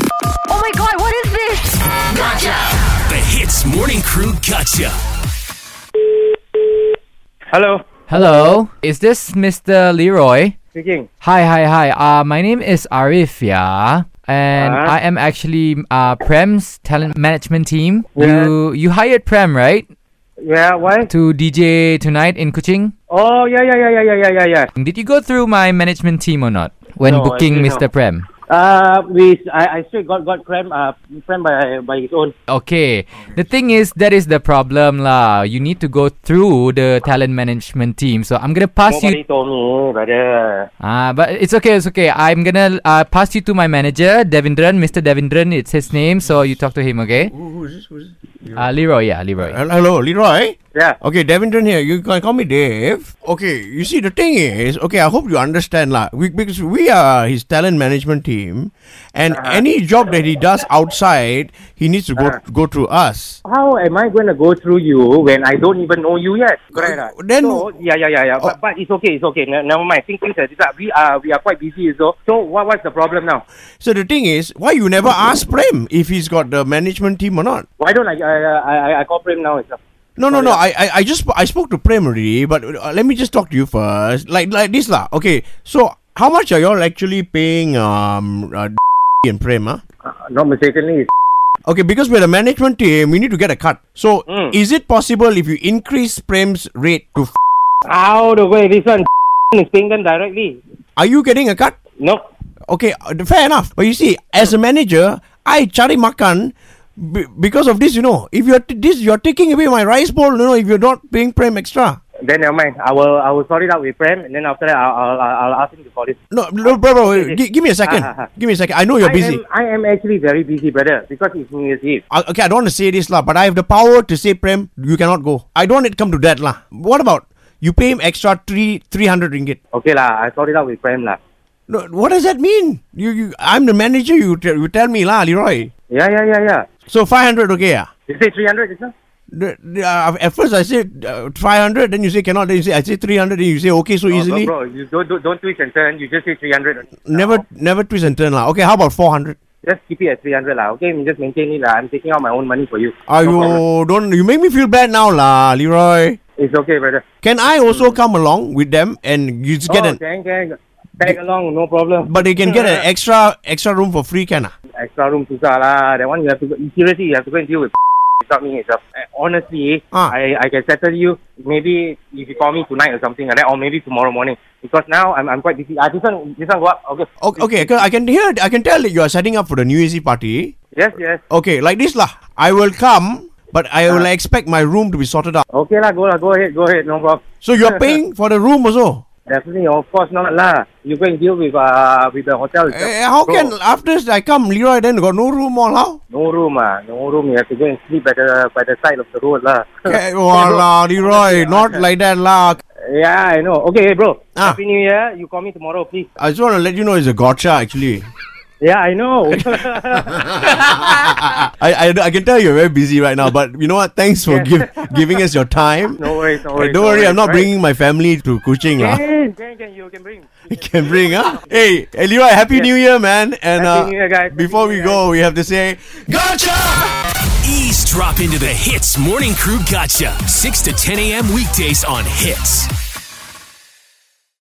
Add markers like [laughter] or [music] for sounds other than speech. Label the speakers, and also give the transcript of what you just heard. Speaker 1: Oh my god, what is this?
Speaker 2: The Hits Morning Crew Gotcha.
Speaker 3: Hello,
Speaker 4: Hello, is this Mr. Leroy?
Speaker 3: speaking.
Speaker 4: Hi, hi, hi. Uh, my name is Arif, yeah. And
Speaker 3: Huh?
Speaker 4: I am actually uh, Prem's talent management team.
Speaker 3: Yeah.
Speaker 4: You you hired Prem, right?
Speaker 3: Yeah, why?
Speaker 4: To DJ tonight in Kuching.
Speaker 3: Oh, yeah, yeah, yeah, yeah, yeah, yeah, yeah, yeah.
Speaker 4: Did you go through my management team or not when
Speaker 3: No, I
Speaker 4: booking
Speaker 3: did
Speaker 4: Mr.
Speaker 3: not.
Speaker 4: Prem?
Speaker 3: Uh, we, I, I still got got cram, uh, cram by by his own.
Speaker 4: Okay. The thing is, that is the problem, lah. You need to go through the talent management team. So I'm gonna pass you.
Speaker 3: Nobody told me, brother.
Speaker 4: Ah, but it's okay, it's okay. I'm gonna uh, pass you to my manager, Devendran, Mr. Devendran. It's his name, so you talk to him, okay?
Speaker 5: Who, who is this? Who is this?
Speaker 4: Uh, Leroy, yeah, Leroy.
Speaker 5: Hel- Hello, Leroy.
Speaker 3: Yeah.
Speaker 5: Okay, Devendran here. You can call me Dave. Okay, you see, the thing is, okay, I hope you understand, lah. We, because we are his talent management team, and any job that he does outside, he needs to go go through us.
Speaker 3: How am I going to go through you when I don't even know you yet? Correct. ah.
Speaker 5: Then-
Speaker 3: so, yeah, yeah, yeah, yeah. But, but it's okay, it's okay. Ne- never mind. Think things as it is. We are we are quite busy. So so what what's the problem now?
Speaker 5: So the thing is, why you never ask Prem if he's got the management team or not?
Speaker 3: Why don't I I I, I- I call him now itself?
Speaker 5: No, no,
Speaker 3: Sorry,
Speaker 5: no.
Speaker 3: ah.
Speaker 5: I, I, I just I spoke to Prem already, but uh, let me just talk to you first. Like, like this, lah. Okay, so how much are y'all actually paying, um, uh, [laughs] and Prem, huh?
Speaker 3: Uh, not mistakenly. it's-
Speaker 5: Okay, because we're the management team, we need to get a cut. So,
Speaker 3: Mm.
Speaker 5: is it possible if you increase Prem's rate to? F-
Speaker 3: Out of the way, this one [laughs] is paying them directly.
Speaker 5: are you getting a cut?
Speaker 3: Nope.
Speaker 5: Okay, uh, fair enough. But you see, as a manager, I cari makan b- because of this. You know, if you're t- this, you're taking away my rice bowl. You know, if you're not paying Prem extra.
Speaker 3: Then never mind. I will I will sort it out with Prem, and then after that I'll I'll, I'll ask him to call it.
Speaker 5: No, no, bro, bro. G- give me a
Speaker 3: [laughs]
Speaker 5: second.
Speaker 3: Ah, ah, ah.
Speaker 5: Give me a second. I know you're
Speaker 3: I
Speaker 5: busy.
Speaker 3: Am, I am actually very busy, brother, because it's New Year's Eve.
Speaker 5: I- okay, I don't want to say this lah, but I have the power to say Prem, you cannot go. I don't want it come to that lah. What about you pay him extra three three hundred ringgit?
Speaker 3: Okay lah, I sort it out with Prem lah.
Speaker 5: No, what does that mean? You, you I'm the manager. You, te- you tell me lah, Leroy.
Speaker 3: Yeah, yeah, yeah, yeah.
Speaker 5: So five hundred, okay? Yeah.
Speaker 3: You say three hundred, isn't it?
Speaker 5: The, the, uh, at first I said uh, five hundred, then you say cannot. Then you say I say three hundred, then you say okay so Oh, easily.
Speaker 3: bro, you don't, don't don't twist and turn. You just say three hundred.
Speaker 5: Never, never twist and turn lah. Okay, how about four hundred?
Speaker 3: Just keep it at three hundred lah. Okay, just maintain it lah. I'm taking out my own money for you.
Speaker 5: Are
Speaker 3: No problem.
Speaker 5: you don't you make me feel bad now lah, Leroy?
Speaker 3: It's okay, brother.
Speaker 5: Can I also come along with them and you just get
Speaker 3: Mm. oh,
Speaker 5: an?
Speaker 3: Thank, thank. Tag along, no problem.
Speaker 5: But they can
Speaker 3: [laughs]
Speaker 5: get an extra extra room for free, can ah?
Speaker 3: extra room susah lah. That one you have to go, seriously you have to go and deal with. [laughs] It's not me. It's a, honestly,
Speaker 5: Ah.
Speaker 3: I I can settle you maybe if you call me tonight or something like that, or maybe tomorrow morning because now I'm I'm quite busy. Ah, this one this one go up. Okay.
Speaker 5: Okay, okay, I can hear, I can tell that you are setting up for the New Year's Eve party.
Speaker 3: Yes, yes.
Speaker 5: Okay, like this lah. I will come, but I will
Speaker 3: Ah.
Speaker 5: expect my room to be sorted out.
Speaker 3: Okay lah, go lah, go ahead, go ahead, no problem.
Speaker 5: So
Speaker 3: [laughs]
Speaker 5: you're paying for the room also.
Speaker 3: Definitely, of course not lah. You go and deal with uh with the hotel. itself.
Speaker 5: Eh, how
Speaker 3: Bro,
Speaker 5: can after I come, Leroy then got no room or how?
Speaker 3: [laughs] no room ah, no room. You have to go and sleep by the by the side of the road lah.
Speaker 5: Eh, walao, Leroy, not like that lah.
Speaker 3: [laughs] yeah, I know. Okay, hey, bro.
Speaker 5: Ah.
Speaker 3: Happy New Year. You call me tomorrow, please.
Speaker 5: I just want to let you know it's a gotcha
Speaker 3: [laughs]
Speaker 5: actually.
Speaker 3: Yeah, I know.
Speaker 5: I, I, I can tell you're very busy right now, but you know what? Thanks for give,
Speaker 3: [laughs]
Speaker 5: giving us your time.
Speaker 3: No worries, no
Speaker 5: Eh,
Speaker 3: worries, no
Speaker 5: don't worry, I'm
Speaker 3: worries,
Speaker 5: not
Speaker 3: right?
Speaker 5: bringing my family to Kuching
Speaker 3: [laughs]
Speaker 5: lah.
Speaker 3: Can, can, can, you can bring.
Speaker 5: [laughs] can bring, huh? Hey, hey, Leroy, Happy New Year, man!
Speaker 3: Happy
Speaker 5: And uh,
Speaker 3: New Year, guys. Happy
Speaker 5: before
Speaker 3: New
Speaker 5: we
Speaker 3: Year,
Speaker 5: go, we have to say,
Speaker 2: Ease drop into the Hits Morning Crew Gotcha. 6 to 10 a.m. weekdays on Hits.